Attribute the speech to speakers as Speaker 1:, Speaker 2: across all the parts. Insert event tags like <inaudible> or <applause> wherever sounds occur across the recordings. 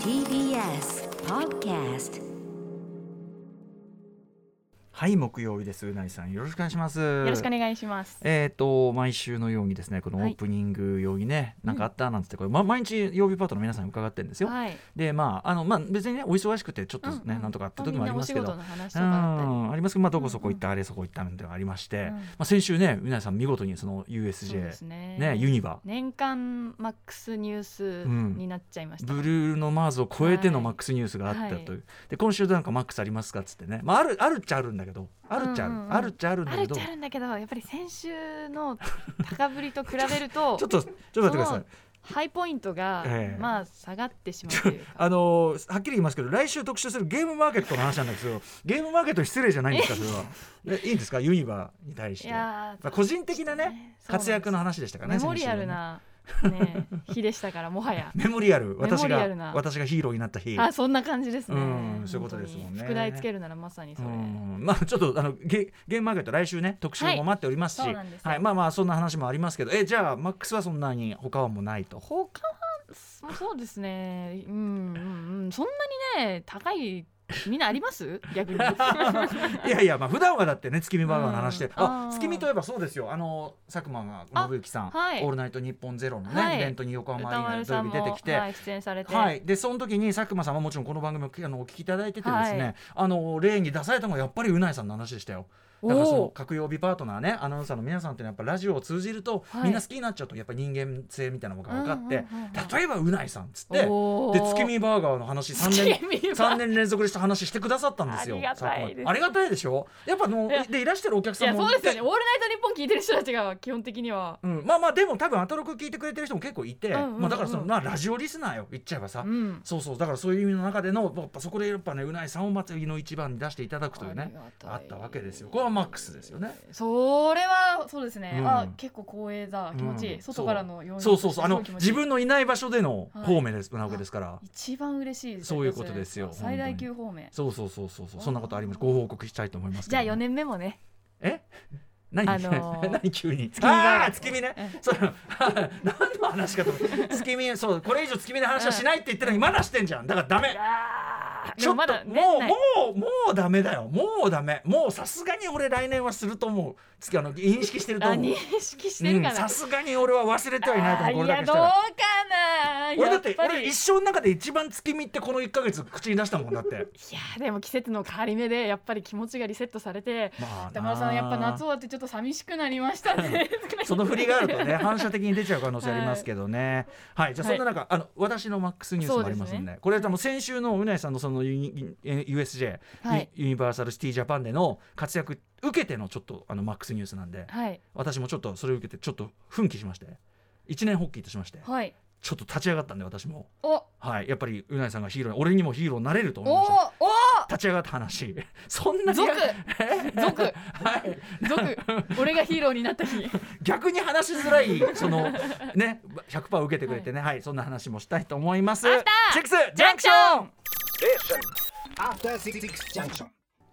Speaker 1: TBS Podcast
Speaker 2: はい木曜日ですうないさんよろしくお願いしますよ
Speaker 3: よろしくお願いします。
Speaker 2: えっ、と毎週のようにですねこのオープニング曜日ね、なんかあったなんつってこれ、ま、毎日曜日パートの皆さんに伺ってるんですよ、
Speaker 3: はい。
Speaker 2: でまああのまあ別にねお忙しくてちょっとね、
Speaker 3: うんうん
Speaker 2: なんとかって時もありますけど
Speaker 3: みんなお仕事の話
Speaker 2: う
Speaker 3: とかあったり。
Speaker 2: んありますけど、まあ、どこそこ行った、あれそこ行ったみたいなのがありまして、
Speaker 3: うん
Speaker 2: まあ、先週ねうないさん見事にその
Speaker 3: そう
Speaker 2: USJ
Speaker 3: で
Speaker 2: ね
Speaker 3: すね。
Speaker 2: ユニバ
Speaker 3: 年間マックスニュースになっちゃいました。
Speaker 2: ブルーのマーズを超えてのマックスニュースがあったという、
Speaker 3: はい
Speaker 2: で今週なんかマックスありますかっつってね、まあ、あるあるっちゃあるんだけどあるっちゃある、
Speaker 3: うんうんうん
Speaker 2: あるっちゃあるんだ
Speaker 3: ある
Speaker 2: け
Speaker 3: っ
Speaker 2: ど
Speaker 3: ちゃあるんだけど、やっぱり先週の高ぶりと比べると
Speaker 2: <laughs> ちょっ、とちょっと待ってください
Speaker 3: ハイポイントが
Speaker 2: ええ
Speaker 3: まあ下がってしまうというか。
Speaker 2: あのーはっきり言いますけど来週特集するゲームマーケットの話なんですけどゲームマーケット失礼じゃないんですかそれ
Speaker 3: <laughs>
Speaker 2: はえいいんですかユニバに対し
Speaker 3: い
Speaker 2: て、ま
Speaker 3: やー
Speaker 2: あ、個人的なね
Speaker 3: そうなんです
Speaker 2: 活躍の話でしたからね
Speaker 3: メモリアルなね日でしたからもはや。
Speaker 2: <laughs> 先週のねメモリアル私
Speaker 3: メモリア
Speaker 2: が
Speaker 3: ルな
Speaker 2: 私がヒーローになった日
Speaker 3: あそんな感じですね。
Speaker 2: うんそういうことですもんね
Speaker 3: 本当に副題つけるならまさにそうれ。
Speaker 2: んまあちょっとあのゲゲームマーケット来週ね特集
Speaker 3: は
Speaker 2: も
Speaker 3: い
Speaker 2: 待っておりますし、
Speaker 3: そ
Speaker 2: は
Speaker 3: う
Speaker 2: い
Speaker 3: なんですよ
Speaker 2: まあまあそんな話もありますけどえじゃあマックスはそんなに他はもうないと
Speaker 3: 他はそそうですねうんうんうんそんなにね高いみんなあ
Speaker 2: <laughs>
Speaker 3: ります逆に
Speaker 2: いやいやまあ普段はだってね月見バーガーの話で、
Speaker 3: うん
Speaker 2: あ
Speaker 3: あー
Speaker 2: 月見といえばそうですよあの佐久間が信之さん、
Speaker 3: あはい
Speaker 2: オールナイトニッポンゼロ」のね、
Speaker 3: はい
Speaker 2: イベントに横浜アリ
Speaker 3: 歌
Speaker 2: ーナで土曜
Speaker 3: 丸さん
Speaker 2: 日
Speaker 3: も
Speaker 2: 出てきて。
Speaker 3: はい、出演されて、
Speaker 2: はい、でその時に佐久間さんはもちろんこの番組をあのお聞きいただいててですね、
Speaker 3: はい
Speaker 2: あの例に出されたのがやっぱりうないさんの話でしたよだからその各曜日パートナーねアナウンサーの皆さんっていうのはやっぱラジオを通じると、
Speaker 3: はい
Speaker 2: みんな好きになっちゃうとやっぱり人間性みたいなのが分かって、
Speaker 3: うんうんうんうん
Speaker 2: 例えばうないさんっつってで
Speaker 3: おー
Speaker 2: 月見バーガーの話3年
Speaker 3: 月
Speaker 2: <laughs>
Speaker 3: 見バーガー
Speaker 2: 三年連続でした話してくださったんですよ
Speaker 3: ありがたい
Speaker 2: 佐
Speaker 3: です
Speaker 2: 久間ありがたいでしょやっぱあの
Speaker 3: いや
Speaker 2: でいらしてるお客
Speaker 3: い
Speaker 2: さ
Speaker 3: や
Speaker 2: んも
Speaker 3: そうですよね「オールナイトニッポン」聞いてる人たちが基本的には、
Speaker 2: うん、まあまあでも多分アトロク聞いてくれてる人も結構いて、
Speaker 3: うんうんうん
Speaker 2: まあ、だからその、まあ、ラジオリスナーよ言っちゃえばさ、
Speaker 3: うん、
Speaker 2: そうそうだからそういう意味の中でのやっぱそこでやっぱねうないさんを祭りの一番に出していただくというね
Speaker 3: りがたい
Speaker 2: あったわけですよこれはマックスですよね。
Speaker 3: それはそうですね、
Speaker 2: うん
Speaker 3: あ結構光栄だ気持ちいい、
Speaker 2: うん
Speaker 3: 外からの要因
Speaker 2: そうそうそうあの
Speaker 3: すごい気持ちいい
Speaker 2: 自分のいない場所での方面です、なわけですから
Speaker 3: 一番嬉しいですね
Speaker 2: そういうことですよ
Speaker 3: 最大級方面
Speaker 2: そうそうそうそうそうそんなことありますご報告したいと思います
Speaker 3: じゃあ
Speaker 2: ね
Speaker 3: 4年目もね
Speaker 2: え何、
Speaker 3: あの
Speaker 2: <laughs>
Speaker 3: ー
Speaker 2: 何急に月
Speaker 3: 見が
Speaker 2: あー月見ねそう <laughs> 何の話かと思って月見そうこれ以上月見の話はしないって言ってるのにまだしてんじゃんだからダメ
Speaker 3: あー
Speaker 2: ちょっと
Speaker 3: でまだ年
Speaker 2: もう
Speaker 3: 内
Speaker 2: もうもうダメだよもうダメもうさすがに俺来年はすると思うつきあの認識してると
Speaker 3: あ
Speaker 2: 思う
Speaker 3: 認識してるか
Speaker 2: うん
Speaker 3: な、
Speaker 2: さすがに俺は忘れてはいないと思うこれだ
Speaker 3: あ
Speaker 2: け
Speaker 3: いや
Speaker 2: したら俺だ
Speaker 3: どうかな
Speaker 2: って
Speaker 3: やぱり
Speaker 2: 俺一生の中で一番月見ってこの1か月口に出したもんだって
Speaker 3: いやでも季節の変わり目でやっぱり気持ちがリセットされて
Speaker 2: まあ
Speaker 3: 田村さんやっぱ夏終わってちょっと寂しくなりましたね <laughs>
Speaker 2: その振りがあるとね反射的に出ちゃう可能性ありますけどねはい、じゃあそんな中、あの私のマックスニュースもあります
Speaker 3: そ
Speaker 2: ん
Speaker 3: う
Speaker 2: で
Speaker 3: で
Speaker 2: これ多分先週のうなえさんのそのユニえ USJ、
Speaker 3: はい
Speaker 2: ユユニバーサル・シティ・ジャパンでの活躍受けてのちょっとあのマックスニュースなんで
Speaker 3: はい
Speaker 2: 私もちょっとそれを受けてちょっと奮起しまして一年発起いたしまして
Speaker 3: はい
Speaker 2: ちょっと立ち上がったんで私も
Speaker 3: おお
Speaker 2: はいやっぱりうなえさんがヒーローに俺にもヒーローになれると思いました
Speaker 3: お
Speaker 2: 立ち上がった話そんなに
Speaker 3: 族
Speaker 2: え
Speaker 3: 族
Speaker 2: はい、
Speaker 3: 族俺がヒーローになっ
Speaker 2: <laughs>
Speaker 3: た日
Speaker 2: 逆に話しづらいそのね100%受けてくれてねはい、そんな話もしたいと思います
Speaker 3: アフター
Speaker 2: シックスジャンクション
Speaker 4: After Six Junction.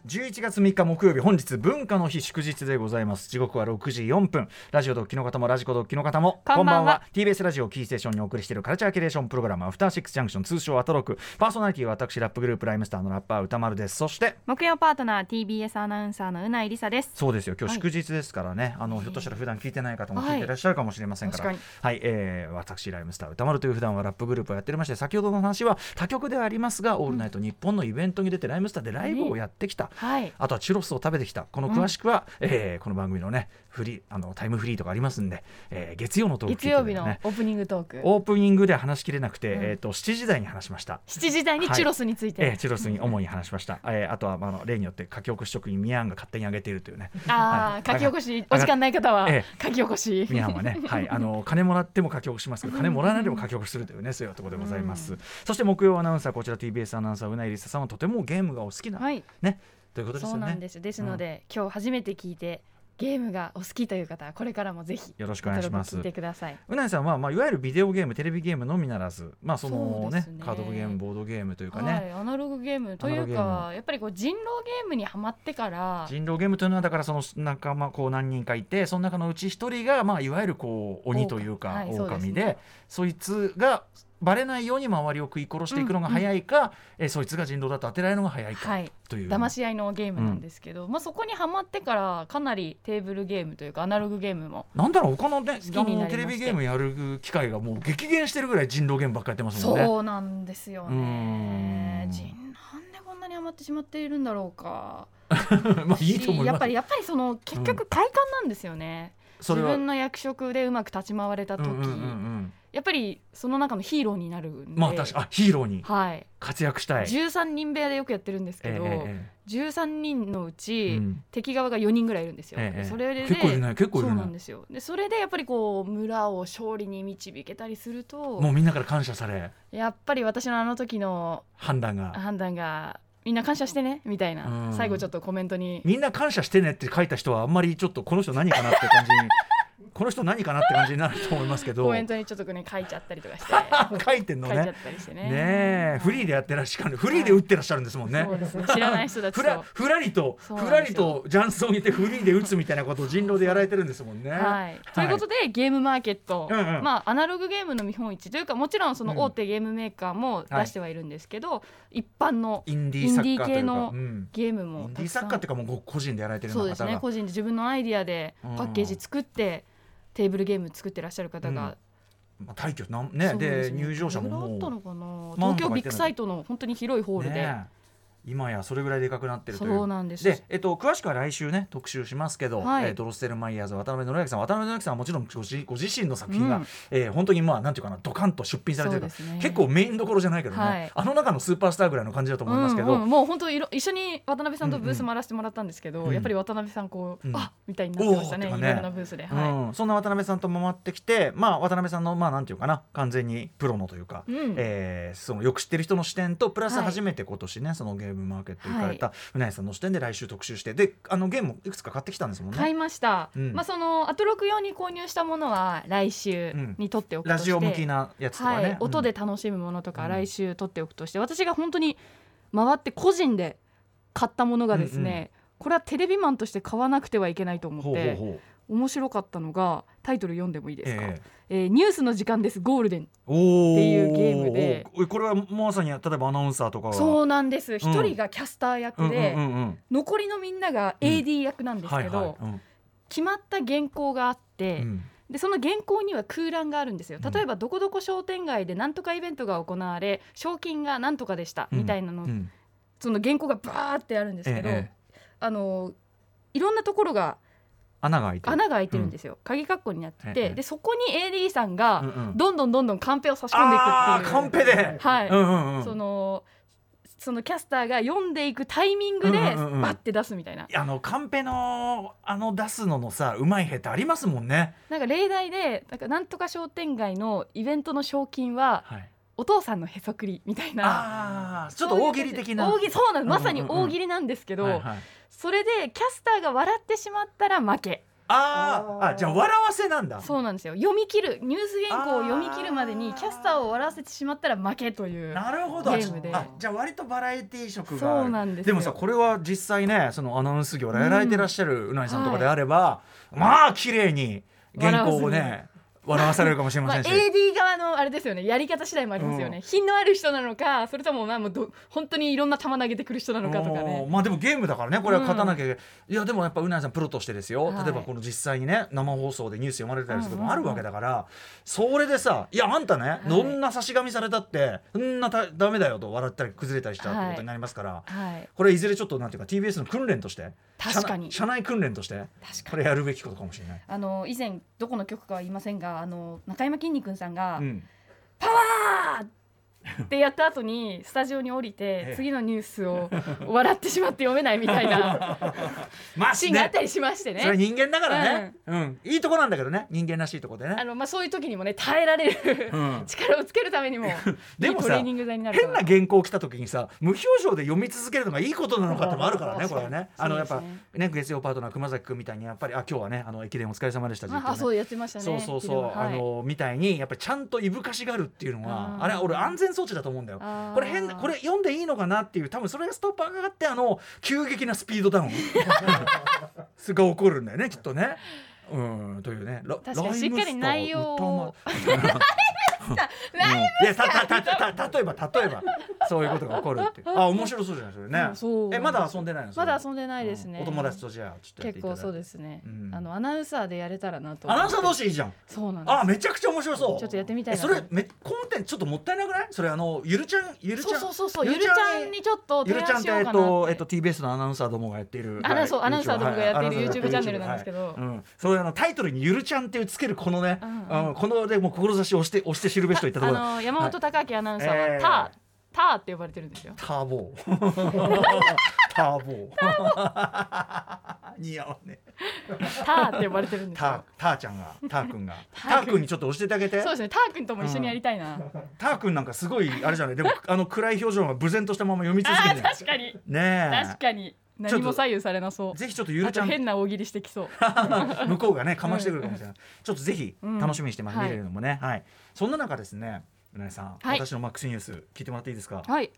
Speaker 2: 11月3日木曜日本日文化の日祝日でございます時刻は6時4分ラジオドッキの方もラジコドッキの方も
Speaker 3: こんばんは
Speaker 2: TBS ラジオキーステーションにお送りしているカルチャーキュレーションプログラムアフターシックスジャンクション通称アトロクパーソナリティは私ラップグループライムスターのラッパー歌丸ですそして
Speaker 3: 木曜パートナー TBS アナウンサーのうないりさです
Speaker 2: そうですよ今日
Speaker 3: はい
Speaker 2: 祝日ですからね、あのひょっとしたら普段聞いてない方も聞いていらっしゃるかもしれませんから、は
Speaker 3: はいい確
Speaker 2: えー私ライムスター歌丸という普段はラップグループをやっておりまして先ほどの話は他局ではありますが「オールナイト日本のイベントに出てライムスターでライブをやってきた、
Speaker 3: はい
Speaker 2: あとはチュロスを食べてきたこの詳しくは、えーこの番組のねフリーあのタイムフリーとかありますんで、えー月曜のトーク
Speaker 3: 月曜日の
Speaker 2: 聞いてね
Speaker 3: オープニングトーク
Speaker 2: オープニングで話しきれなくて、えー、と7時台に話しました。
Speaker 3: 7時台にチュロスについて、
Speaker 2: えーチュロスに主に話しました、えーあとは、まあ、あの例によって書き起こし職員ミアンが勝手に上げているというねは
Speaker 3: あ
Speaker 2: い
Speaker 3: あ書き起こしお時間ない方は
Speaker 2: え
Speaker 3: 書き起こし
Speaker 2: ミャンはね、はい、あの金もらっても書き起こしますけど金もらわないでも書き起こしするというねそういうところでございます、そして木曜アナウンサーこちら TBS アナウンサーうないりささんはとてもゲームがお好きな、
Speaker 3: <laughs> はい
Speaker 2: ねということですよ
Speaker 3: そうな
Speaker 2: ね
Speaker 3: んですですので、今日初めて聞いてゲームがお好きという方はこれからもぜひ
Speaker 2: よろしくお願いします
Speaker 3: アトログ聞いてくださいう
Speaker 2: ないさんは、まあ、いわゆるビデオゲームテレビゲームのみならず、まあ、その
Speaker 3: そう
Speaker 2: ね
Speaker 3: ですね
Speaker 2: カードゲームボードゲームというかね、
Speaker 3: はい、アナログゲームとい
Speaker 2: アナログ
Speaker 3: う
Speaker 2: ゲー
Speaker 3: かやっぱりこう人狼ゲームにはまってから
Speaker 2: 人狼ゲームというのはだからその仲間こう何人かいてその中のうち一人が、まあ、いわゆるこう鬼というか
Speaker 3: 狼はい
Speaker 2: 狼で,、
Speaker 3: そうです
Speaker 2: そ
Speaker 3: ね
Speaker 2: いつがバレないように周りを食い殺していくのが早いか、えーそいつが人道だと当てられるのが早いか、
Speaker 3: はい
Speaker 2: という
Speaker 3: 騙し合いのゲームなんですけど、まあ、そこにはまってからかなりテーブルゲームというかアナログゲームも
Speaker 2: なんだろう他のね
Speaker 3: 好き
Speaker 2: あ
Speaker 3: にな
Speaker 2: の
Speaker 3: りまして
Speaker 2: テレビゲームやる機会がもう激減してるぐらい人狼ゲームばっかやってますもんね。
Speaker 3: そうなんですよね
Speaker 2: うん
Speaker 3: 人なんでこんなにハマってしまっているんだろうか
Speaker 2: <laughs> まあいいと思い
Speaker 3: や
Speaker 2: ます
Speaker 3: っぱりやっぱりその結局快感なんですよね、
Speaker 2: それ
Speaker 3: 自
Speaker 2: は
Speaker 3: 分の役職でうまく立ち回れた時、
Speaker 2: うんうんうんうん
Speaker 3: やっぱりその中のヒーローになるんで、
Speaker 2: まあ確かあヒーローに
Speaker 3: はい、
Speaker 2: 活躍したい。
Speaker 3: 13人部屋でよくやってるんですけ
Speaker 2: え
Speaker 3: ど、
Speaker 2: ええ
Speaker 3: 13人のう
Speaker 2: え
Speaker 3: ち、
Speaker 2: うん
Speaker 3: 敵側が4人ぐらいいるんですよ、
Speaker 2: ええ
Speaker 3: それで
Speaker 2: 結構いるね結構い
Speaker 3: そ
Speaker 2: る
Speaker 3: う
Speaker 2: ね
Speaker 3: なんですよでそれでやっぱりこう村を勝利に導けたりする
Speaker 2: もう
Speaker 3: と
Speaker 2: みんなから感謝され
Speaker 3: やっぱり私のあの時の
Speaker 2: 判断が
Speaker 3: 判断がみんな感謝してねみたいな、
Speaker 2: うん
Speaker 3: 最後ちょっとコメントに
Speaker 2: みんな感謝してねって書いた人はあんまりちょっとこの人何かなって感じに <laughs> この人何かなって感じになると思いますけど
Speaker 3: <laughs> コメントにちょっとね書いちゃったりとかして
Speaker 2: <laughs> 書いてんの
Speaker 3: 書いちゃっ
Speaker 2: ね。
Speaker 3: たりしてね
Speaker 2: ねえフリーでやってらっしゃるフリーで打ってらっしゃるんですもんね
Speaker 3: そう。ですね知らない人たち
Speaker 2: ふ
Speaker 3: と
Speaker 2: らふらりと
Speaker 3: そうなん
Speaker 2: ふ
Speaker 3: ですよ
Speaker 2: らりとジャンソンいてフリーで打つみたいなことを人狼でやられてるんですもんね。
Speaker 3: はい、ということで、ゲームマーケット、
Speaker 2: うんうん
Speaker 3: まあ、アナログゲームの見本市というかもちろんそ
Speaker 2: うん
Speaker 3: の大手ゲームメーカーも出してはいるんですけど、一般の
Speaker 2: インディー作家というか
Speaker 3: インディー系の
Speaker 2: うん
Speaker 3: ゲーム
Speaker 2: イ
Speaker 3: も
Speaker 2: ンデ
Speaker 3: た
Speaker 2: ィー
Speaker 3: くさ
Speaker 2: 作家
Speaker 3: ん
Speaker 2: っていうかもうご個人でやられてるよ
Speaker 3: そう
Speaker 2: う
Speaker 3: で
Speaker 2: な
Speaker 3: す
Speaker 2: 方
Speaker 3: ね
Speaker 2: が
Speaker 3: 個人で自分のアイディアで
Speaker 2: うん
Speaker 3: パッケージ作って、テーブルゲーム作ってらっしゃる方が、
Speaker 2: まあ大挙なんね
Speaker 3: そう
Speaker 2: です
Speaker 3: ね
Speaker 2: 入場者
Speaker 3: ど
Speaker 2: も
Speaker 3: れぐらいあった
Speaker 2: も
Speaker 3: のかな
Speaker 2: 万とか
Speaker 3: 東京
Speaker 2: 言
Speaker 3: ビ
Speaker 2: ってな
Speaker 3: ッ
Speaker 2: い
Speaker 3: グサイトの本当に広いホ
Speaker 2: う
Speaker 3: ールで、
Speaker 2: ね今やそれぐらいでかくなってるという
Speaker 3: そうなんです
Speaker 2: で、えっと、詳しくは来週ね特集しますけど、
Speaker 3: はい
Speaker 2: えードロステルマイヤーズ渡辺典明さん渡辺典明さんはもちろんご自ご自身の作品が、
Speaker 3: うん
Speaker 2: えー本当にまあなんていうかなドカンと出品されてるから、
Speaker 3: そうですね
Speaker 2: 結構メインどころじゃないけどね、
Speaker 3: はい
Speaker 2: あの中のスーパースターぐらいの感じだと思いますけど、
Speaker 3: うんうん、もう本当いろ一緒に渡辺さんとブース回らせてもらったんですけど、
Speaker 2: うんうん
Speaker 3: やっぱり渡辺さんこう、
Speaker 2: うん
Speaker 3: あみたいになってましたね
Speaker 2: おー
Speaker 3: いろ
Speaker 2: っ
Speaker 3: ん
Speaker 2: てかね
Speaker 3: なブースで、はい
Speaker 2: うん、そんな渡辺さんと回ってきて、まあ、渡辺さんのまあなんていうかな完全にプロのというか、
Speaker 3: うん
Speaker 2: えーそのよく知ってる人の視点とプラス
Speaker 3: はい
Speaker 2: 初めて今年ね、そのゲームマーケット行かれた船井さんの視点で来週特集してであのゲームをいくつか買ってきたんですもんね。
Speaker 3: 買いました、
Speaker 2: うん
Speaker 3: まあそのアトロク用に購入したものは来週に取っておくと
Speaker 2: ラ
Speaker 3: して、
Speaker 2: ジオ向きなやつとかね、
Speaker 3: はい、音で
Speaker 2: うん
Speaker 3: 楽しむものと
Speaker 2: う
Speaker 3: か
Speaker 2: ん
Speaker 3: 来週取っておくとして、私が本当に回って個人で買ったものがですね、
Speaker 2: うんう
Speaker 3: これはテレビマンとして買わなくてはいけないと思っ
Speaker 2: ほう
Speaker 3: て
Speaker 2: ほうほう
Speaker 3: 面白かったのがタイトル読んでもいいですか、
Speaker 2: え
Speaker 3: え
Speaker 2: え
Speaker 3: ーニュースの時間ですゴールデン
Speaker 2: お
Speaker 3: っていうゲームで
Speaker 2: おおこれはまさに例えばアナウンサーとかは
Speaker 3: そううなんです一、人がキャスター役
Speaker 2: んうん
Speaker 3: で、
Speaker 2: うんうん
Speaker 3: 残りのみんなが AD 役なんです
Speaker 2: は
Speaker 3: け
Speaker 2: い
Speaker 3: ど、
Speaker 2: はいうん
Speaker 3: 決まった原稿があって、
Speaker 2: うん
Speaker 3: でその原稿には空欄があるんですよ
Speaker 2: うん
Speaker 3: 例えばどこどこ商店街でなんとかイベントが行われ賞金がなんとかでした
Speaker 2: うん
Speaker 3: みたいなの、
Speaker 2: うん
Speaker 3: その原稿がバーってあるんですけど、
Speaker 2: ええ
Speaker 3: あのいろんなところが
Speaker 2: 穴が開いてる
Speaker 3: 穴が開いてるんですよ、鍵括弧になってて、
Speaker 2: ええ
Speaker 3: でそこに AD さん
Speaker 2: うん
Speaker 3: が
Speaker 2: うん
Speaker 3: どんどんどんどんカンペを差し込んでいく
Speaker 2: あ
Speaker 3: って
Speaker 2: あ
Speaker 3: いう、
Speaker 2: カンペで、
Speaker 3: はい、
Speaker 2: うんうんうん
Speaker 3: そのそのキャスターが読んでいくタイミングで
Speaker 2: うん
Speaker 3: バ
Speaker 2: うんうんうん
Speaker 3: ッて出すみたいな、
Speaker 2: あのカンペのあの出すののさうまい下手ありますもんね。
Speaker 3: なんか例題でなんかなんとか商店街のイベントの賞金は
Speaker 2: はい、
Speaker 3: お父さんのへそくりみたいな。
Speaker 2: ああちょっと大喜利的な。
Speaker 3: 大喜利そうな
Speaker 2: うん
Speaker 3: の
Speaker 2: うんう
Speaker 3: ま
Speaker 2: ん
Speaker 3: さに大喜利なんですけど、
Speaker 2: はいはい
Speaker 3: それでキャスターが笑ってしまったら負け
Speaker 2: あーあじゃあ笑わせなんだ。
Speaker 3: そうなんですよ読み切るニュース原稿を読み切るまで
Speaker 2: あ
Speaker 3: に
Speaker 2: ー
Speaker 3: キャスターを笑わせてしまったら負けという
Speaker 2: なるほど。あ
Speaker 3: ゲームで
Speaker 2: あじゃあ割とバラエティー色がある。
Speaker 3: そうなんです
Speaker 2: で
Speaker 3: よ
Speaker 2: もさこれは実際ねそのアナウンス業やられてらっしゃるうなぎさんとかであれば、まあ綺麗に原稿をね笑わされるかもしれま
Speaker 3: ま
Speaker 2: せ
Speaker 3: あ、
Speaker 2: んし。
Speaker 3: AD 側のあれですよねやり方次第もありますよね、
Speaker 2: うん
Speaker 3: 品のある人なのかそれともまあもうど本当にいろんな球投げてくる人なのかとか
Speaker 2: おー
Speaker 3: ね
Speaker 2: まあでもゲームだからねこれは勝たなきゃいけない、いやでもやっぱうなやさんプロとしてですよ、
Speaker 3: はい
Speaker 2: 例えばこの実際にね生放送でニュース読まれたりすることもあ
Speaker 3: う
Speaker 2: る
Speaker 3: んうんうん
Speaker 2: わけだから、それでさ「いやあんたね、
Speaker 3: い
Speaker 2: どんな差し紙されたってそんなたダメだよ」と笑ったり崩れたりしたって
Speaker 3: はい
Speaker 2: ことになりますから、
Speaker 3: はい
Speaker 2: これいずれちょっとなんていうか TBS の訓練として
Speaker 3: 確かに
Speaker 2: 社内社内訓練として
Speaker 3: 確
Speaker 2: こ
Speaker 3: かに
Speaker 2: れやるべきことかもしれない。
Speaker 3: あの以前どこの局かは言いませんがあの中山きんに君さんが、
Speaker 2: うん
Speaker 3: あーってやった後にスタジオに降り
Speaker 2: ええ
Speaker 3: て次のニュースを <laughs> 笑ってしまって読めないみたいな
Speaker 2: <laughs> まあ
Speaker 3: シーンがあっ
Speaker 2: ね
Speaker 3: たりしましてね
Speaker 2: それは人間だからね、うんいいとこなんだけどね人間らしいとこで
Speaker 3: あ
Speaker 2: ね。
Speaker 3: の、まあ、そういう時にもね耐えられる、
Speaker 2: うん
Speaker 3: <laughs> 力をつけるためにもいい
Speaker 2: でもさ
Speaker 3: トレーニング剤になるか
Speaker 2: 変
Speaker 3: ら
Speaker 2: な原稿来た時にさ無表情で読み続けるのがいいことなのかってもあるからね
Speaker 3: あー
Speaker 2: これはね
Speaker 3: そう
Speaker 2: あのやっ
Speaker 3: そう
Speaker 2: ぱ
Speaker 3: ですね
Speaker 2: ね月曜パートナー熊崎君みたいにやっぱりあ今日はねあの駅伝お疲れ様でした実況ね
Speaker 3: ああそうやってましたね
Speaker 2: そうそうそう、
Speaker 3: はい
Speaker 2: あのみたいにやっぱりちゃんといぶかしがあるっていうのは
Speaker 3: あー
Speaker 2: あれ俺安全装置だと思うんだよ
Speaker 3: あー
Speaker 2: これ変これ読んでいいのかなっていう多分それがストッパーがかかってあの急激なスピードダウン <laughs> すが起こるんだよねきっとねうんというねら
Speaker 3: 確かにしっかり内容を
Speaker 2: ライムスター歌うまいいやたたたた例えば例えばそういうことが起こるって
Speaker 3: <laughs>
Speaker 2: あ面白そうじゃないですかね、
Speaker 3: うんそう
Speaker 2: えまだ遊んでないのそ
Speaker 3: ま
Speaker 2: れ
Speaker 3: だ遊んでないですね、
Speaker 2: うんお友達とじゃあちょっとやって
Speaker 3: 結
Speaker 2: いただい
Speaker 3: 構
Speaker 2: て
Speaker 3: そうですね、
Speaker 2: うん
Speaker 3: あのアナウンサーでやれたらなと
Speaker 2: アナウンサー同
Speaker 3: 士
Speaker 2: 士いいじゃん
Speaker 3: そうなんです
Speaker 2: あめちゃくちゃ面白そう
Speaker 3: ちょっとやってみたい
Speaker 2: え
Speaker 3: な
Speaker 2: それめコンテンツちょっともったいなくないそれあのゆるちゃんゆるち
Speaker 3: そ
Speaker 2: ゃ
Speaker 3: うんそうそうそう
Speaker 2: ゆ
Speaker 3: ゆ
Speaker 2: る
Speaker 3: る
Speaker 2: ち
Speaker 3: ち
Speaker 2: ゃん
Speaker 3: ゃんにちょっと
Speaker 2: ゆ
Speaker 3: 提
Speaker 2: るちゃ
Speaker 3: 案
Speaker 2: んっ
Speaker 3: してよ
Speaker 2: え
Speaker 3: う
Speaker 2: っ
Speaker 3: かな
Speaker 2: とえっと TBS のアナウンサーどもがやっている
Speaker 3: アナそう
Speaker 2: はい
Speaker 3: アナウンサーどもがやっている
Speaker 2: はいアナウンサーども
Speaker 3: YouTube チャンネルなんですけど
Speaker 2: はいうんそれあのタイトルにゆるちゃんっていうつけるこのね
Speaker 3: うんうん
Speaker 2: うんこのでもう志を押して押して知るべしといったと
Speaker 3: あ
Speaker 2: ころ
Speaker 3: の山本隆明アナウンサーは、
Speaker 2: えー
Speaker 3: ターターって呼ばれてるんですよ
Speaker 2: ターボー
Speaker 3: <laughs>
Speaker 2: ターボー似合わねえ
Speaker 3: ターって呼ばれてるんです
Speaker 2: タ
Speaker 3: よ
Speaker 2: ターちゃんがターくんがターくんにちょっと押しててあげて
Speaker 3: そうですねター君とも一緒にやりたいな、
Speaker 2: ターくんなんかすごいあれじゃないでもあの暗い表情が無然としたまま読み続け
Speaker 3: あ
Speaker 2: てる
Speaker 3: ー確かに
Speaker 2: ね
Speaker 3: 確かに何も左右されなそ
Speaker 2: え
Speaker 3: う
Speaker 2: ぜひちょっとゆる
Speaker 3: あ
Speaker 2: ちゃ
Speaker 3: と
Speaker 2: ん
Speaker 3: 変な大喜利してきそう
Speaker 2: <laughs> 向こうがねかましてくるかもしれない、ちょっとぜひ
Speaker 3: うん
Speaker 2: 楽しみにしてます、
Speaker 3: はい
Speaker 2: 見れるのもね、はい、そんな中ですねうなえさん、
Speaker 3: はい
Speaker 2: 私のマックスニュース聞いてもらっていいですか、
Speaker 3: はい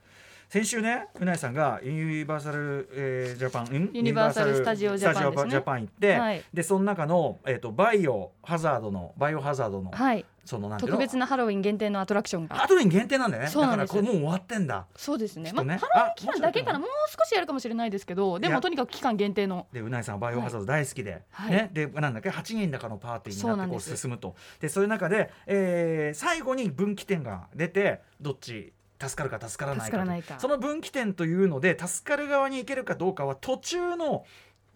Speaker 2: 先週ねうなえさんがユニバーサル、えージャパンん
Speaker 3: ユニバーサルスタジオジャパンですね
Speaker 2: ユニバーサルスタジオジャパン行って、
Speaker 3: はい
Speaker 2: でその中の、えー、とバイオハザードのバイオハザードの、
Speaker 3: はい
Speaker 2: そのなんていうの
Speaker 3: 特別なハロウィン限定のアトラクションが
Speaker 2: ハロウィン限定なんだよね
Speaker 3: そうなん
Speaker 2: だ
Speaker 3: で
Speaker 2: か
Speaker 3: す
Speaker 2: らこれもう終わってんだ
Speaker 3: そうですね
Speaker 2: きっとね
Speaker 3: まあハロウィ
Speaker 2: あ
Speaker 3: ン期間だけかなもう少しやるかもしれないですけどで
Speaker 2: いや
Speaker 3: もとにかく期間限定の
Speaker 2: でうなえさんはバイオハザード大好きで、
Speaker 3: はい
Speaker 2: ね、でなんだっけ8人だからのパーティーに
Speaker 3: そ
Speaker 2: な
Speaker 3: うな
Speaker 2: って
Speaker 3: ん
Speaker 2: こ
Speaker 3: で
Speaker 2: う
Speaker 3: す
Speaker 2: 進むとでそういう中で、えー最後に分岐点が出てどっち助かるか助からないか
Speaker 3: 助から
Speaker 2: と
Speaker 3: ないか
Speaker 2: その分岐点というので助かる側に行けるかどうかは途中の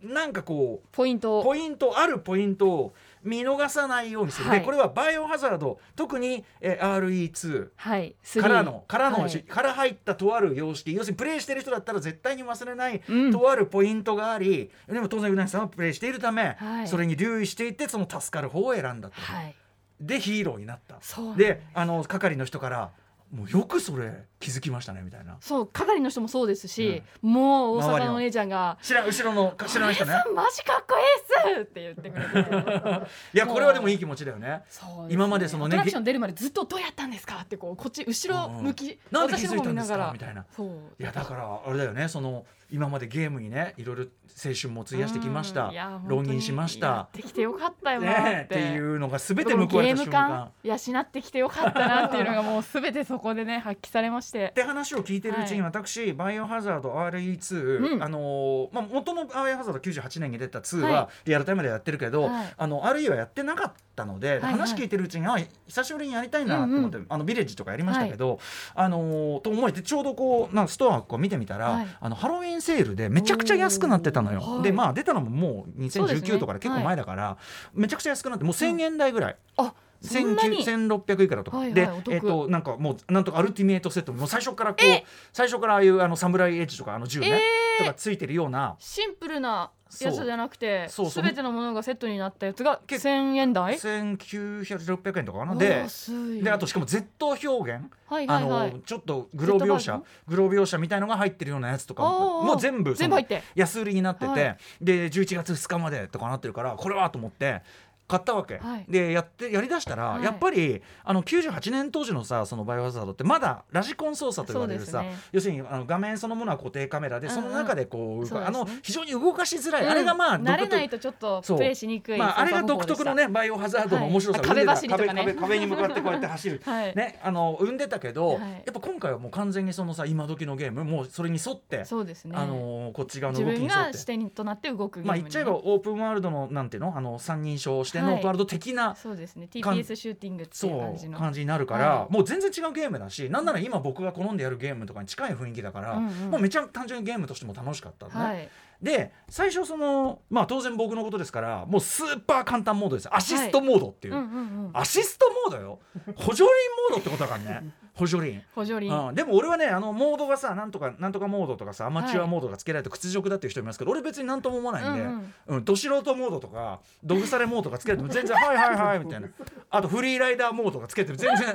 Speaker 2: なんかこう
Speaker 3: ポイントを
Speaker 2: ポイントあるポイントを見逃さないようにする、
Speaker 3: はい
Speaker 2: でこれはバイオハザード特に、えー RE2
Speaker 3: はい3
Speaker 2: からのからの、
Speaker 3: はい
Speaker 2: から入ったとある様式要するにプレイしてる人だったら絶対に忘れない
Speaker 3: うん
Speaker 2: とあるポイントがあり、でも当然うなぎさんはプレイしているため、
Speaker 3: はい
Speaker 2: それに留意していてその助かる方を選んだと、
Speaker 3: はい
Speaker 2: でヒーローになった
Speaker 3: そう
Speaker 2: であの係の人から「もうよくそれ気づきましたね」みたいな
Speaker 3: そう係の人もそうですし、もう大
Speaker 2: 周り
Speaker 3: 阪
Speaker 2: の
Speaker 3: のお姉ちゃんが
Speaker 2: 知らん後ろの
Speaker 3: 「
Speaker 2: 知らない人ね
Speaker 3: お姉さんマジかっこいいっす!」って言ってくれて
Speaker 2: いやこれはでもいい気持ちだよね
Speaker 3: そうですね
Speaker 2: 今までそのね
Speaker 3: アトラクション出るまでずっと「どうやったんですか?」ってこうこっち後ろ向き、
Speaker 2: なんで気
Speaker 3: 私の
Speaker 2: づいたんで
Speaker 3: 方見な
Speaker 2: す
Speaker 3: が
Speaker 2: からみたいない
Speaker 3: そう
Speaker 2: いやだからあれだよねその今までゲームにねいろいろ青春も費やしてきました
Speaker 3: うんいや
Speaker 2: 浪人しまし
Speaker 3: やったてきてよかったよな
Speaker 2: ね
Speaker 3: っ
Speaker 2: え
Speaker 3: て,、
Speaker 2: っていうのが全て
Speaker 3: この
Speaker 2: 報わ
Speaker 3: ゲ
Speaker 2: れ
Speaker 3: ー
Speaker 2: た
Speaker 3: ム
Speaker 2: 瞬間
Speaker 3: 感養ってきてよかったなっていうのがもうすべてそこ
Speaker 2: <laughs>
Speaker 3: でね発揮されまして
Speaker 2: って話を聞いてるうちに、
Speaker 3: は
Speaker 2: 私「バイオハザード RE2、
Speaker 3: うん
Speaker 2: あのーまあ、元の「バイオハザード98年に出た2
Speaker 3: はい
Speaker 2: はリアルタイムでやってるけど、
Speaker 3: はい
Speaker 2: あの RE はやってなかったので、
Speaker 3: いはい
Speaker 2: 話聞いてるうちにあ久しぶりにやりたいなと思って、あのビレッジとかやりましたけど、あのーと思えてちょうどこうなんかストアをこう見てみたら、
Speaker 3: はい
Speaker 2: あのハロウィンセールでめちゃくちゃ安くなってたのよ。
Speaker 3: おーはい
Speaker 2: でまあ出たのももう
Speaker 3: そうです
Speaker 2: 2019
Speaker 3: ね
Speaker 2: とかで結構前だから、めちゃくちゃ安くなってもう1,000円台ぐらい。
Speaker 3: あそんなに
Speaker 2: 1600いくらとか、
Speaker 3: はいはい
Speaker 2: で
Speaker 3: お得
Speaker 2: えっ、となんかもうなんとかアルティメイトセットもう最初からこう最初からああいうあの侍エッジとかあの銃ね、
Speaker 3: えー
Speaker 2: とかついてるような
Speaker 3: シンプルなやつじゃなくて
Speaker 2: そうそう
Speaker 3: すべてのものがセットになったやつが1000円台
Speaker 2: 1900600円とかかな
Speaker 3: お
Speaker 2: で
Speaker 3: 安い
Speaker 2: であとしかも Z 表現、
Speaker 3: はいはいは
Speaker 2: あ
Speaker 3: い
Speaker 2: のちょっとグロー描
Speaker 3: Z バー
Speaker 2: 写グ
Speaker 3: ジ
Speaker 2: ロー描写みたいのが入ってるようなやつとか
Speaker 3: おーおー
Speaker 2: もう全部その
Speaker 3: 全部入って
Speaker 2: 安売りになってて、
Speaker 3: はい
Speaker 2: で11月2日までとかなってるからこれはと思って。買ったわけ、
Speaker 3: はい
Speaker 2: でやってやりだしたら、
Speaker 3: はい
Speaker 2: やっぱりあの98年当時のさそのバイオハザードってまだラジコン操作と言われる
Speaker 3: そ
Speaker 2: さ、
Speaker 3: うですね
Speaker 2: 要するにあの画面そのものは固定カメラで、
Speaker 3: うんうん
Speaker 2: その中でこう
Speaker 3: そうですね
Speaker 2: あの非常に動かしづらい、
Speaker 3: うん
Speaker 2: あれがまあ独
Speaker 3: 慣れ
Speaker 2: 特
Speaker 3: ないとちょっとプレイしにくい
Speaker 2: まあ、あれが独特のねバイオハザードの面白さを生んでた、
Speaker 3: はいあ壁走りとかね
Speaker 2: 壁壁壁に向かってこ
Speaker 3: <laughs>
Speaker 2: うやって走る、
Speaker 3: はい
Speaker 2: ね、あの生んでたけど、
Speaker 3: はい
Speaker 2: やっぱ今回はもう完全にそのさ今時のゲームもうそれに沿って、
Speaker 3: そうですね
Speaker 2: あのーこっち側の
Speaker 3: 自
Speaker 2: 動き
Speaker 3: 分
Speaker 2: に沿
Speaker 3: が
Speaker 2: っ
Speaker 3: 視
Speaker 2: て。
Speaker 3: 点となって動くゲームに
Speaker 2: まあ、言っ
Speaker 3: ね
Speaker 2: ちゃえばオープンワールドのなんていうのあの三人称してのオープンワールド的な、
Speaker 3: そうですね
Speaker 2: 感
Speaker 3: TPS シューティングって
Speaker 2: そ
Speaker 3: いう感じ
Speaker 2: う
Speaker 3: の
Speaker 2: 感じになるから、
Speaker 3: はい
Speaker 2: もう全然違うゲームだしなんなら今僕が好んでやるゲームとかに近い雰囲気だから、
Speaker 3: うんうん
Speaker 2: もうめちゃ単純にゲームとしても楽しかったのね、
Speaker 3: はい
Speaker 2: で最初そのまあ当然僕のことですからもうスーパー簡単モードですアシストモードっていう、
Speaker 3: うんうんうん
Speaker 2: アシストモードよ補助輪モードってことだから
Speaker 3: <laughs>
Speaker 2: ね補助輪
Speaker 3: 補助輪
Speaker 2: うん、でも俺はねあのモードがさなんとかなんとかモードとかさアマチュアモードがつけられて屈辱だっていう人いますけど、俺別になんとも思わないんで、う
Speaker 3: うんん
Speaker 2: ど素人モードとかど腐れモードがつけられても
Speaker 3: <laughs>
Speaker 2: 全然「はいはいはい」みたいなあとフリーライダーモードがつけても
Speaker 3: <laughs>
Speaker 2: 全然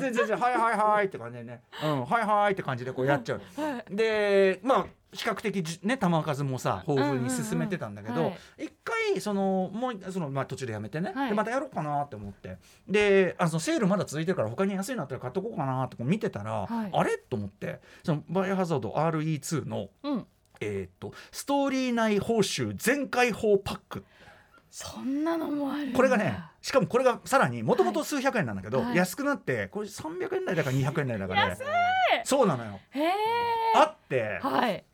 Speaker 2: 全然全然「はいはいはい」って感じでね「うんはいはい」って感じでこうやっちゃう。でまあ比較的じね球数もさ豊富に進めてたんだけど、
Speaker 3: うんうんうんはい
Speaker 2: 一回そのもうその、まあ、途中でやめてね、
Speaker 3: はい
Speaker 2: でまたやろうかなって思ってであそのセールまだ続いてるから他に安いのあったら買っとこうかなってこう見てたら、
Speaker 3: はい
Speaker 2: あれと思ってその「バイオハザード RE2」の、
Speaker 3: うん
Speaker 2: えーっとストーリー内報酬全開放パック
Speaker 3: そんなのもあるんだ
Speaker 2: これがねしかもこれがさらにもともと数百円なんだけど、
Speaker 3: はい
Speaker 2: 安くなってこれ300円台だから200円台だから、ね、そうなのよ
Speaker 3: へえ
Speaker 2: あって
Speaker 3: はい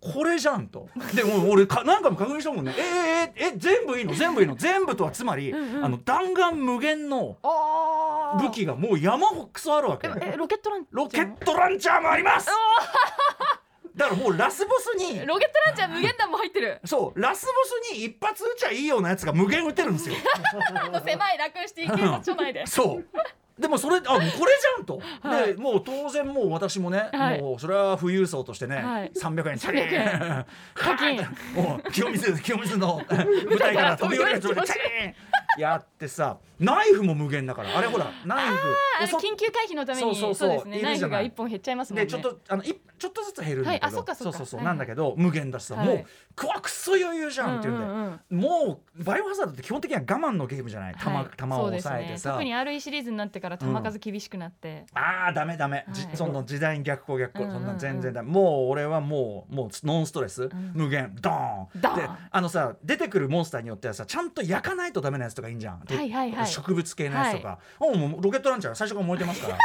Speaker 2: これじゃんとでもう俺か何回も確認したもんねえー、えーえ全部いいの全部いいの全部とはつまり、
Speaker 3: うんうん
Speaker 2: あの弾丸無限の
Speaker 3: あー
Speaker 2: 武器がもう山ほくそあるわけ
Speaker 3: でもえロケットランチャーも
Speaker 2: ロケットランチャーもありますだからもうラスボスに
Speaker 3: ロケットランチャー無限弾も入ってる
Speaker 2: そうラスボスに一発撃ちゃいいようなやつが無限撃てるんです
Speaker 3: <laughs>
Speaker 2: よ
Speaker 3: あの狭い楽して警察署 <laughs> 内で
Speaker 2: そうでもそれあもうこれじゃんと、
Speaker 3: は
Speaker 2: でもう当然もう私もね、
Speaker 3: はい
Speaker 2: もうそれは富裕層としてね、
Speaker 3: はい
Speaker 2: 300円チャリ
Speaker 3: 300
Speaker 2: <laughs> ーン
Speaker 3: 課金
Speaker 2: もう清水清水の舞台から飛び降りるつもりでチャリ
Speaker 3: <laughs>
Speaker 2: ーンやってさナイフも無限だからあれほらナイ
Speaker 3: あ
Speaker 2: フ
Speaker 3: の
Speaker 2: 襲っ
Speaker 3: 緊急回避のために
Speaker 2: そうそうそう
Speaker 3: ですね
Speaker 2: い
Speaker 3: ナ
Speaker 2: る
Speaker 3: イ
Speaker 2: じゃ
Speaker 3: フ
Speaker 2: ない
Speaker 3: が一本減っちゃいますもんね
Speaker 2: でちょっとあのいちょっとずつ減るんだけど、
Speaker 3: はいあそっかそっか
Speaker 2: そうそう
Speaker 3: はい
Speaker 2: なんだけど無限だしさ、
Speaker 3: はい
Speaker 2: もうくわくそ余裕じゃんって言うんで、
Speaker 3: うんうんうん
Speaker 2: もうバイオハザードって基本的には我慢のゲームじゃない
Speaker 3: は
Speaker 2: 弾,、
Speaker 3: い
Speaker 2: 弾を
Speaker 3: そうです
Speaker 2: 抑えて
Speaker 3: ね、
Speaker 2: さ、
Speaker 3: 特に RE シリーズになってから球数厳しくなって、
Speaker 2: あーダメダメ、じ
Speaker 3: はい
Speaker 2: その時代に逆行逆行、
Speaker 3: うんうんうん
Speaker 2: そんなん全然ダメもう俺はもうもうノンストレス、
Speaker 3: ん
Speaker 2: 無限ドーン
Speaker 3: ドーン
Speaker 2: であのさ出てくるモンスターによってはさちゃんと焼かないとダメなやつとかいいんじゃん、
Speaker 3: はいはいはい
Speaker 2: 植物系のやつとか、あもうロケットランチャー最初から燃えてます
Speaker 3: <laughs>
Speaker 2: から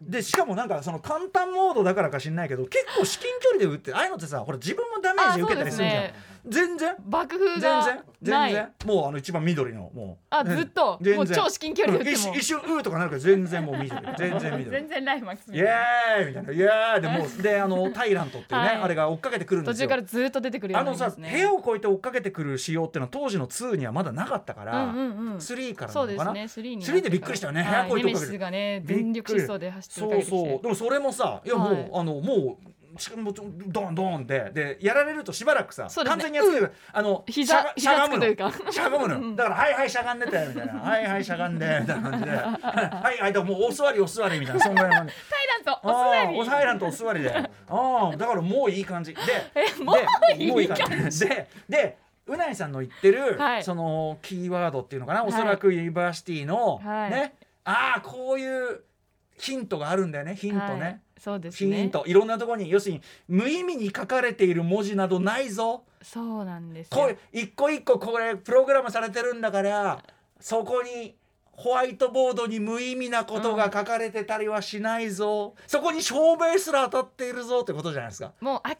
Speaker 2: でしかもなんかその簡単モードだからか知んないけど結構至近距離で撃ってああいうのってさほら自分もダメージ受けたりするじゃん、
Speaker 3: あ
Speaker 2: 全然
Speaker 3: 爆
Speaker 2: 全
Speaker 3: 風が
Speaker 2: 然
Speaker 3: な
Speaker 2: 全
Speaker 3: い
Speaker 2: 然もうあの一番緑のもう
Speaker 3: あずっと
Speaker 2: 全然
Speaker 3: もう超至近距離で打って
Speaker 2: 一
Speaker 3: も
Speaker 2: 瞬一瞬うーとかなるけど全然もう緑全然緑
Speaker 3: 全然ライフマックスみ
Speaker 2: イ
Speaker 3: たい
Speaker 2: エー
Speaker 3: な
Speaker 2: イみたいな「イエーイ!」でも
Speaker 3: <laughs>
Speaker 2: うであのタイラントっていうね、
Speaker 3: はい
Speaker 2: あれが追っかけてくるんで
Speaker 3: 途
Speaker 2: すよ
Speaker 3: 中からずっと出てくるよう
Speaker 2: あ
Speaker 3: にな
Speaker 2: の
Speaker 3: りま
Speaker 2: さ
Speaker 3: すね
Speaker 2: 部屋を越えて追っかけてくる仕様っていうのは当時の2にはまだなかったから、
Speaker 3: うんうんうん
Speaker 2: 3から
Speaker 3: そ
Speaker 2: なの
Speaker 3: うで
Speaker 2: か
Speaker 3: す
Speaker 2: な
Speaker 3: ね3に
Speaker 2: スリーでびっくりしたよね
Speaker 3: はい
Speaker 2: 部屋越えて追
Speaker 3: ネ
Speaker 2: っ
Speaker 3: メ
Speaker 2: かけ
Speaker 3: シ
Speaker 2: て
Speaker 3: スがね全力疾走で走って追い
Speaker 2: そう
Speaker 3: かけて
Speaker 2: そ
Speaker 3: きて
Speaker 2: うでもそれもさいやもう、
Speaker 3: はい
Speaker 2: あのもうしかもちょドンドンででやられるとしばらくさ、
Speaker 3: そうです
Speaker 2: 完
Speaker 3: ね
Speaker 2: 全にやってくるあの
Speaker 3: 膝
Speaker 2: しゃがしゃがむの
Speaker 3: 膝つくというか
Speaker 2: しゃがむのよだから「はいはいしゃがんでて」み
Speaker 3: <laughs>
Speaker 2: たいな「はいはいしゃがんで」みたいな感じで「はいはいでももうお座りお座り」みたいなそんぐらいの感じ
Speaker 3: タイラント <laughs> お
Speaker 2: あ
Speaker 3: 座
Speaker 2: あ
Speaker 3: り
Speaker 2: おさえらんとお座りでああだからもういい感じでで
Speaker 3: もういい
Speaker 2: じででうないさんの言ってる、
Speaker 3: はい
Speaker 2: そのキーワードっていうのかな、
Speaker 3: い
Speaker 2: おそらくユニバーシティの、
Speaker 3: はい
Speaker 2: ねああこういうヒントがあるんだよねヒントね、
Speaker 3: はいそうです
Speaker 2: ヒ
Speaker 3: ね
Speaker 2: ントいろんなところに要するに無意味に書かれている文字などないぞ
Speaker 3: そうなんですよ
Speaker 2: これ一個一個これプログラムされてるんだからそこにホワイトボードに無意味なことが書かれてたりはしないぞ、そこに照明すら当たっているぞってことじゃないですか。
Speaker 3: もう明らか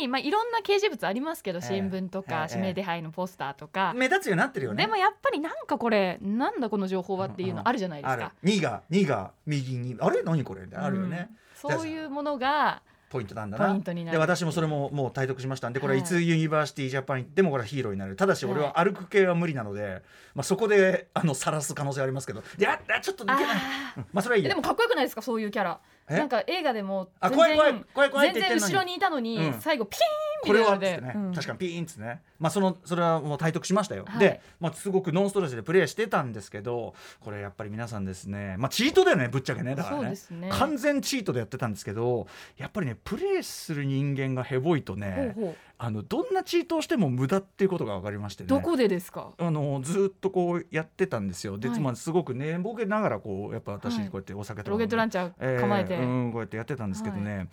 Speaker 3: に、まあ、いろんな掲示物ありますけど、
Speaker 2: ええ
Speaker 3: 新聞とか、
Speaker 2: ええ
Speaker 3: 指名手配のポスターとか、
Speaker 2: 目立つようになってるよね。
Speaker 3: でもやっぱりなんかこれなんだこの情報はっていうのあるじゃないです
Speaker 2: あ
Speaker 3: か、
Speaker 2: る2が2が右にあれ何これみたいなあるよね、
Speaker 3: うんそういうものが
Speaker 2: ポイントなんだな
Speaker 3: ポイントになる
Speaker 2: で私もそれももう体得しましたんでこれ
Speaker 3: はい
Speaker 2: いつユニバーシティジャパン行ってもこれはヒーローになるただし俺は歩く系は無理なので、まあ、そこであの晒す可能性ありますけどいやあちょっと抜けないうんまあそれはいい
Speaker 3: で
Speaker 2: や
Speaker 3: もかっこよくないですかそういうキャラ
Speaker 2: え
Speaker 3: なんか映画でも
Speaker 2: あ
Speaker 3: 全
Speaker 2: 怖い
Speaker 3: 然
Speaker 2: 怖い怖い怖いって
Speaker 3: 全
Speaker 2: 言ってん
Speaker 3: 然
Speaker 2: のに
Speaker 3: 後ろにいたのに、
Speaker 2: うん
Speaker 3: 最後ピーン
Speaker 2: こ
Speaker 3: み
Speaker 2: れ
Speaker 3: たいな
Speaker 2: はっつっ
Speaker 3: ので
Speaker 2: てね、
Speaker 3: うん
Speaker 2: 確かにピーンっつってね、まあ、そのそれはもう体得しましたよ、
Speaker 3: はい
Speaker 2: で、まあ、すごくノンストレスでプレイしてたんですけどこれやっぱり皆さんですね、まあ、チートだよねぶっちゃけねだから
Speaker 3: そう
Speaker 2: ね
Speaker 3: ですね
Speaker 2: 完全チートでやってたんですけどやっぱりねプレイする人間がヘボいとね
Speaker 3: ほうほう
Speaker 2: あのどんなチートをしても無駄っていうことが分かりましてね
Speaker 3: どこでですか
Speaker 2: あのずーっとこうやってたんですよで、
Speaker 3: はい
Speaker 2: まあ、すごくねボケながらこうやっぱ私
Speaker 3: はい
Speaker 2: こうやってお酒とかも
Speaker 3: ロケットランチャー構えて、
Speaker 2: えーうん、こうやってやってたんですけどね、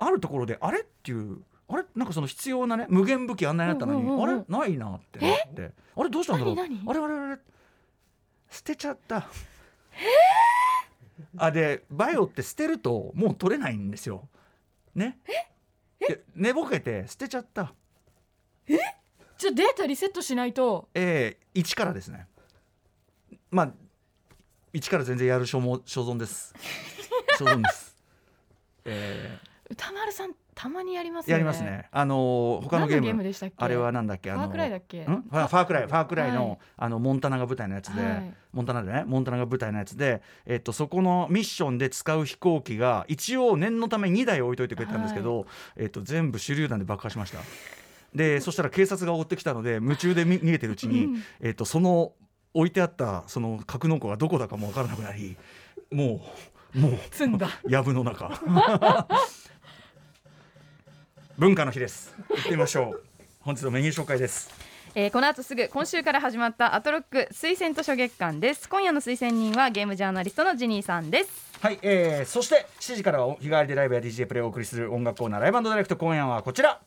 Speaker 2: あるところであれっていうあれなんかその必要なね無限武器あんなになったのに、
Speaker 3: うんうんうんうん
Speaker 2: あれないなってなってあれどうしたんだろう
Speaker 3: 何何
Speaker 2: あれあれあれ捨てちゃったあでバイオって捨てるともう取れないんですよねいや寝ぼけて捨てちゃった
Speaker 3: じゃあデータリセットしないと
Speaker 2: えー、1からですねまあ1から全然やる所も所存です
Speaker 3: <laughs>
Speaker 2: 所存ですえ
Speaker 3: 歌丸さんたまにやります
Speaker 2: ー
Speaker 3: よ
Speaker 2: や
Speaker 3: ね
Speaker 2: りますねあのー他
Speaker 3: 何
Speaker 2: のゲ
Speaker 3: のゲ
Speaker 2: ー
Speaker 3: ー
Speaker 2: ム
Speaker 3: ムでしたっけ
Speaker 2: あれはなんだっけあの
Speaker 3: ファークライだっけ
Speaker 2: んファファークライファークライの,、
Speaker 3: はい
Speaker 2: あのモンタナが舞台のやつで、
Speaker 3: はい
Speaker 2: モンタナでねモンタナが舞台のやつで、えっと、そこのミッションで使う飛行機が一応念のため2台置いといてくれたんですけど、えっと、全部手榴弾で爆破しましたでそしたら警察が追ってきたので夢中でみ逃げてるうちに、
Speaker 3: <laughs>
Speaker 2: えっと、その置いてあったその格納庫がどこだかも分からなくなりもうもう <laughs>
Speaker 3: 積んだ
Speaker 2: 藪の中文化の日です行ってみましょう本日のメニュー紹介です
Speaker 5: えーこの後すぐ今週から始まったアトロック推薦図書月間です今夜の推薦人はゲームジャーナリストのジニーさんです
Speaker 2: はい、えー、そして7時からはお日替わりでライブや DJ プレイをお送りする音楽コーナーライブディレクト今夜はこちら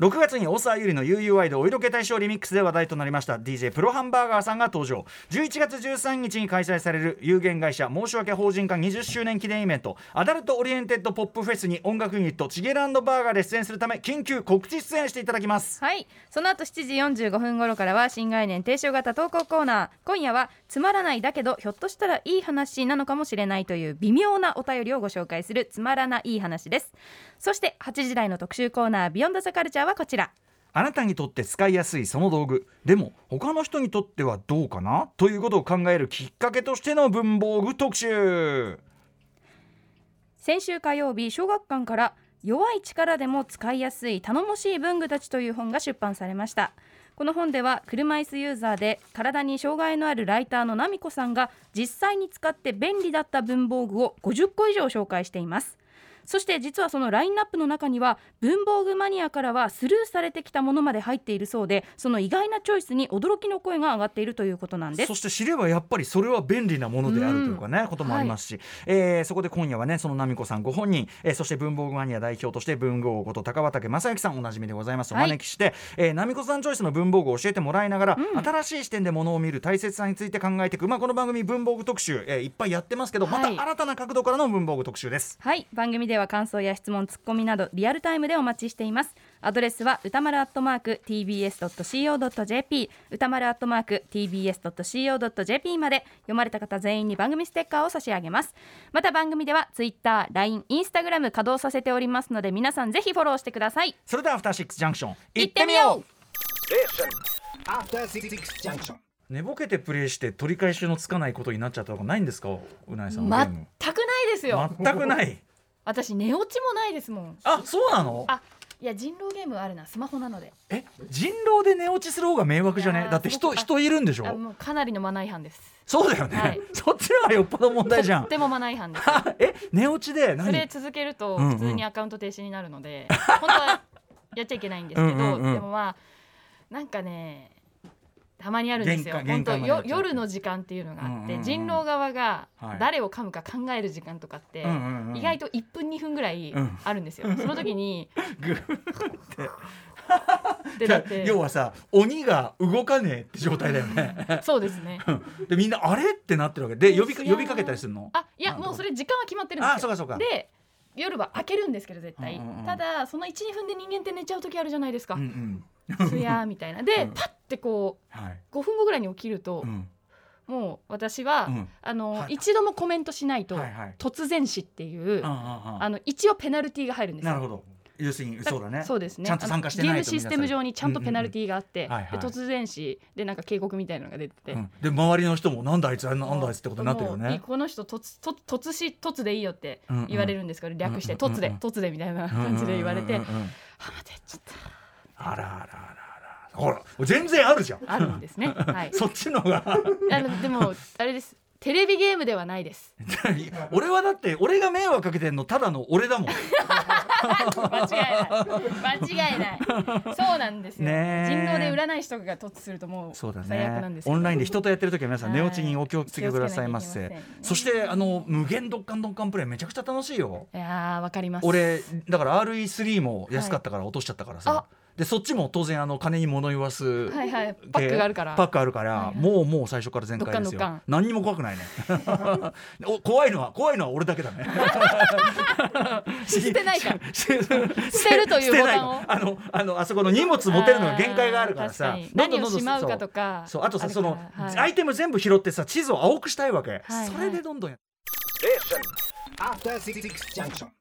Speaker 2: 6月に大沢ゆりの UUI でお色気大賞リミックスで話題となりました DJ プロハンバーガーさんが登場11月13日に開催される有限会社申し訳法人化20周年記念イベントアダルトオリエンテッドポップフェスに音楽ユニットチゲランドバーガーで出演するため緊急告知出演していただきます
Speaker 5: はいその後7時45分頃からは新概念提唱型投稿コーナー今夜はつまらないだけどひょっとしたらいい話なのかもしれないという微妙なお便りをご紹介するつまらない話ですそして8時台の特集コーナービヨンドザカルチャーはこちら
Speaker 2: あなたにとって使いやすいその道具でも他の人にとってはどうかなということを考えるきっかけとしての文房具特集
Speaker 5: 先週火曜日小学館から弱い力でも使いやすい頼もしい文具たちという本が出版されましたこの本では車椅子ユーザーで体に障害のあるライターのナミコさんが実際に使って便利だった文房具を50個以上紹介していますそして実はそのラインナップの中には文房具マニアからはスルーされてきたものまで入っているそうでその意外なチョイスに驚きの声が上がっているということなんです
Speaker 2: そして知ればやっぱりそれは便利なものであるというかね、こともありますし、えーそこで今夜はねその奈美子さんご本人、えーそして文房具マニア代表として文具王こと高畑正幸さんおなじみでございます、
Speaker 5: はい
Speaker 2: お招きして、えー、奈美子さんチョイスの文房具を教えてもらいながら、新しい視点で物を見る大切さについて考えていく、まあ、この番組文房具特集、えーいっぱいやってますけど、
Speaker 3: はい
Speaker 2: また新たな角度からの文房具特集です。
Speaker 5: はい番組では感想や質問ツッコミなどリアルタイムでお待ちしていますアドレスは歌丸アットマーク tbs.co.jp 歌丸アットマーク tbs.co.jp まで読まれた方全員に番組ステッカーを差し上げますまた番組ではツイッター、LINE、インスタグラム稼働させておりますので皆さんぜひフォローしてください
Speaker 2: それではアフターシックスジャンクション
Speaker 5: 行ってみよう
Speaker 4: Station. After Six Junction.
Speaker 2: 寝ぼけてプレイして取り返しのつかないことになっちゃったとかないんですかうなえさん
Speaker 3: 全く
Speaker 2: は
Speaker 3: ない
Speaker 2: ゲーム
Speaker 3: ですよ
Speaker 2: 全くない
Speaker 3: 私寝落ちもないですもん
Speaker 2: あそうなの
Speaker 3: あいや人狼ゲームあるなスマホなので
Speaker 2: え人狼で寝落ちする方が迷惑じゃ
Speaker 3: い
Speaker 2: ね
Speaker 3: やー
Speaker 2: だって人
Speaker 3: すごくあ
Speaker 2: 人いるんでし
Speaker 3: あ
Speaker 2: ょ
Speaker 3: もうかなりのマナー違反です
Speaker 2: そうだよね、
Speaker 3: はい
Speaker 2: そっちの方がよっぽど問題じゃ
Speaker 3: と
Speaker 2: ん
Speaker 3: <laughs> ってもマナー違反です
Speaker 2: あえ寝落ちで
Speaker 3: そ
Speaker 2: <laughs>
Speaker 3: れ
Speaker 2: 何
Speaker 3: 続けると
Speaker 2: うんうん
Speaker 3: 普通にアカウント停止になるので、本当はやっちゃいけないんですけど、
Speaker 2: うんうんうん
Speaker 3: でもまあなんかねたまにあるんですよ
Speaker 2: 限界
Speaker 3: 本当
Speaker 2: 限界ま
Speaker 3: よ
Speaker 2: でやっちゃう
Speaker 3: 夜の時間っていうのがあって、
Speaker 2: うんうんうん
Speaker 3: 人狼側が
Speaker 2: はい
Speaker 3: 誰を噛むか考える時間とかって、
Speaker 2: うんうんうん
Speaker 3: 意外と1分2分ぐらい
Speaker 2: うん
Speaker 3: あるんですよ、その時に
Speaker 2: <laughs> グ
Speaker 3: で
Speaker 2: <laughs>
Speaker 3: だって
Speaker 2: 要はさ鬼が動かねえって状態だよ
Speaker 3: <laughs>
Speaker 2: ね
Speaker 3: そうですね
Speaker 2: でみんなあれってなってるわけで呼びか
Speaker 3: いやー
Speaker 2: 呼びかけたりするの
Speaker 3: あいや
Speaker 2: なんだ
Speaker 3: もうそれ時間は決まってるんですよ
Speaker 2: あそうかそうか
Speaker 3: で夜は開けるんですけど絶対、
Speaker 2: うんうんうん
Speaker 3: ただその12分で人間って寝ちゃう時あるじゃないですか
Speaker 2: うんう、ん
Speaker 3: すやーみたいなで、パッてこう
Speaker 2: はい
Speaker 3: 5分後ぐらいに起きると
Speaker 2: う、ん
Speaker 3: もう私は、
Speaker 2: うん
Speaker 3: あの、
Speaker 2: はい
Speaker 3: 一度もコメントしないと、
Speaker 2: はいはい
Speaker 3: 突然死っていう、
Speaker 2: ああ
Speaker 3: あの一応ペナルティーが入るんですよ
Speaker 2: なるほど要するにそうだね
Speaker 3: そうですね
Speaker 2: ちゃんと参加してないと
Speaker 3: あのゲームシステム上にちゃんとペナルティーがあって、
Speaker 2: うんうんうんはいはい
Speaker 3: で突然死でなんか警告みたいなのが出てて、
Speaker 2: うんで周りの人もなんだあいつあれなんだあいつってことになってるよ
Speaker 3: もういい
Speaker 2: ね
Speaker 3: この人突突突死突でいいよって言われるんですけど、略して
Speaker 2: うんうん
Speaker 3: 突で、
Speaker 2: うんうん
Speaker 3: 突でみたいな感じで言われて、
Speaker 2: うんうんうんうんうん
Speaker 3: あ待ってちょっと
Speaker 2: あらあらあらあらほら全然あるじゃん
Speaker 3: あるん <laughs> ですねはい
Speaker 2: そっちのが <laughs>
Speaker 3: あのでもあれですテレビゲームではないです
Speaker 2: 俺はだって俺が迷惑かけてんのただの俺だもん
Speaker 3: 間違いない間違いないそうなんですよ、
Speaker 2: ねえ
Speaker 3: 人狼で占い師とかが突するとも
Speaker 2: <laughs>
Speaker 3: う
Speaker 2: そうだ
Speaker 3: 最悪なん
Speaker 2: ね
Speaker 3: ですけど
Speaker 2: オンラインで人とやってる時は皆さん
Speaker 3: はい
Speaker 2: 寝落ちにお気をつけくださいま
Speaker 3: 気をつけ
Speaker 2: せ
Speaker 3: なきゃいけませんね
Speaker 2: そしてあの無限ドッカンドッカンプレイめちゃくちゃ楽しいよ
Speaker 3: いやーわかります
Speaker 2: 俺だから RE3 も安かったから落としちゃったからさ、
Speaker 3: あ
Speaker 2: でそっちも当然あの金に物言わす、
Speaker 3: はいはい
Speaker 2: で
Speaker 3: パックがあるから
Speaker 2: パックあるから、
Speaker 3: はいはい
Speaker 2: もうもう最初から全開です
Speaker 3: ドッカンドッカ
Speaker 2: よ
Speaker 3: ン
Speaker 2: 何にも怖くないね <laughs> お怖いのは怖いのは俺だけ
Speaker 3: <laughs>
Speaker 2: だね捨
Speaker 3: てな
Speaker 2: <laughs>
Speaker 3: いから
Speaker 2: 捨
Speaker 3: てるというボタンを
Speaker 2: てないのあのあのあそこの荷物持てるのが限界があるから
Speaker 3: あ
Speaker 2: さ
Speaker 3: ー確
Speaker 2: ど
Speaker 3: か
Speaker 2: んどん
Speaker 3: に何
Speaker 2: ど
Speaker 3: を
Speaker 2: んどん
Speaker 3: しまうかとか
Speaker 2: そうあとさ
Speaker 3: る
Speaker 2: その、
Speaker 3: からはい
Speaker 2: アイテム全部拾ってさ地図を青くしたいわけ、
Speaker 3: はい
Speaker 2: それでどんどんや
Speaker 4: Station. After Six Junction.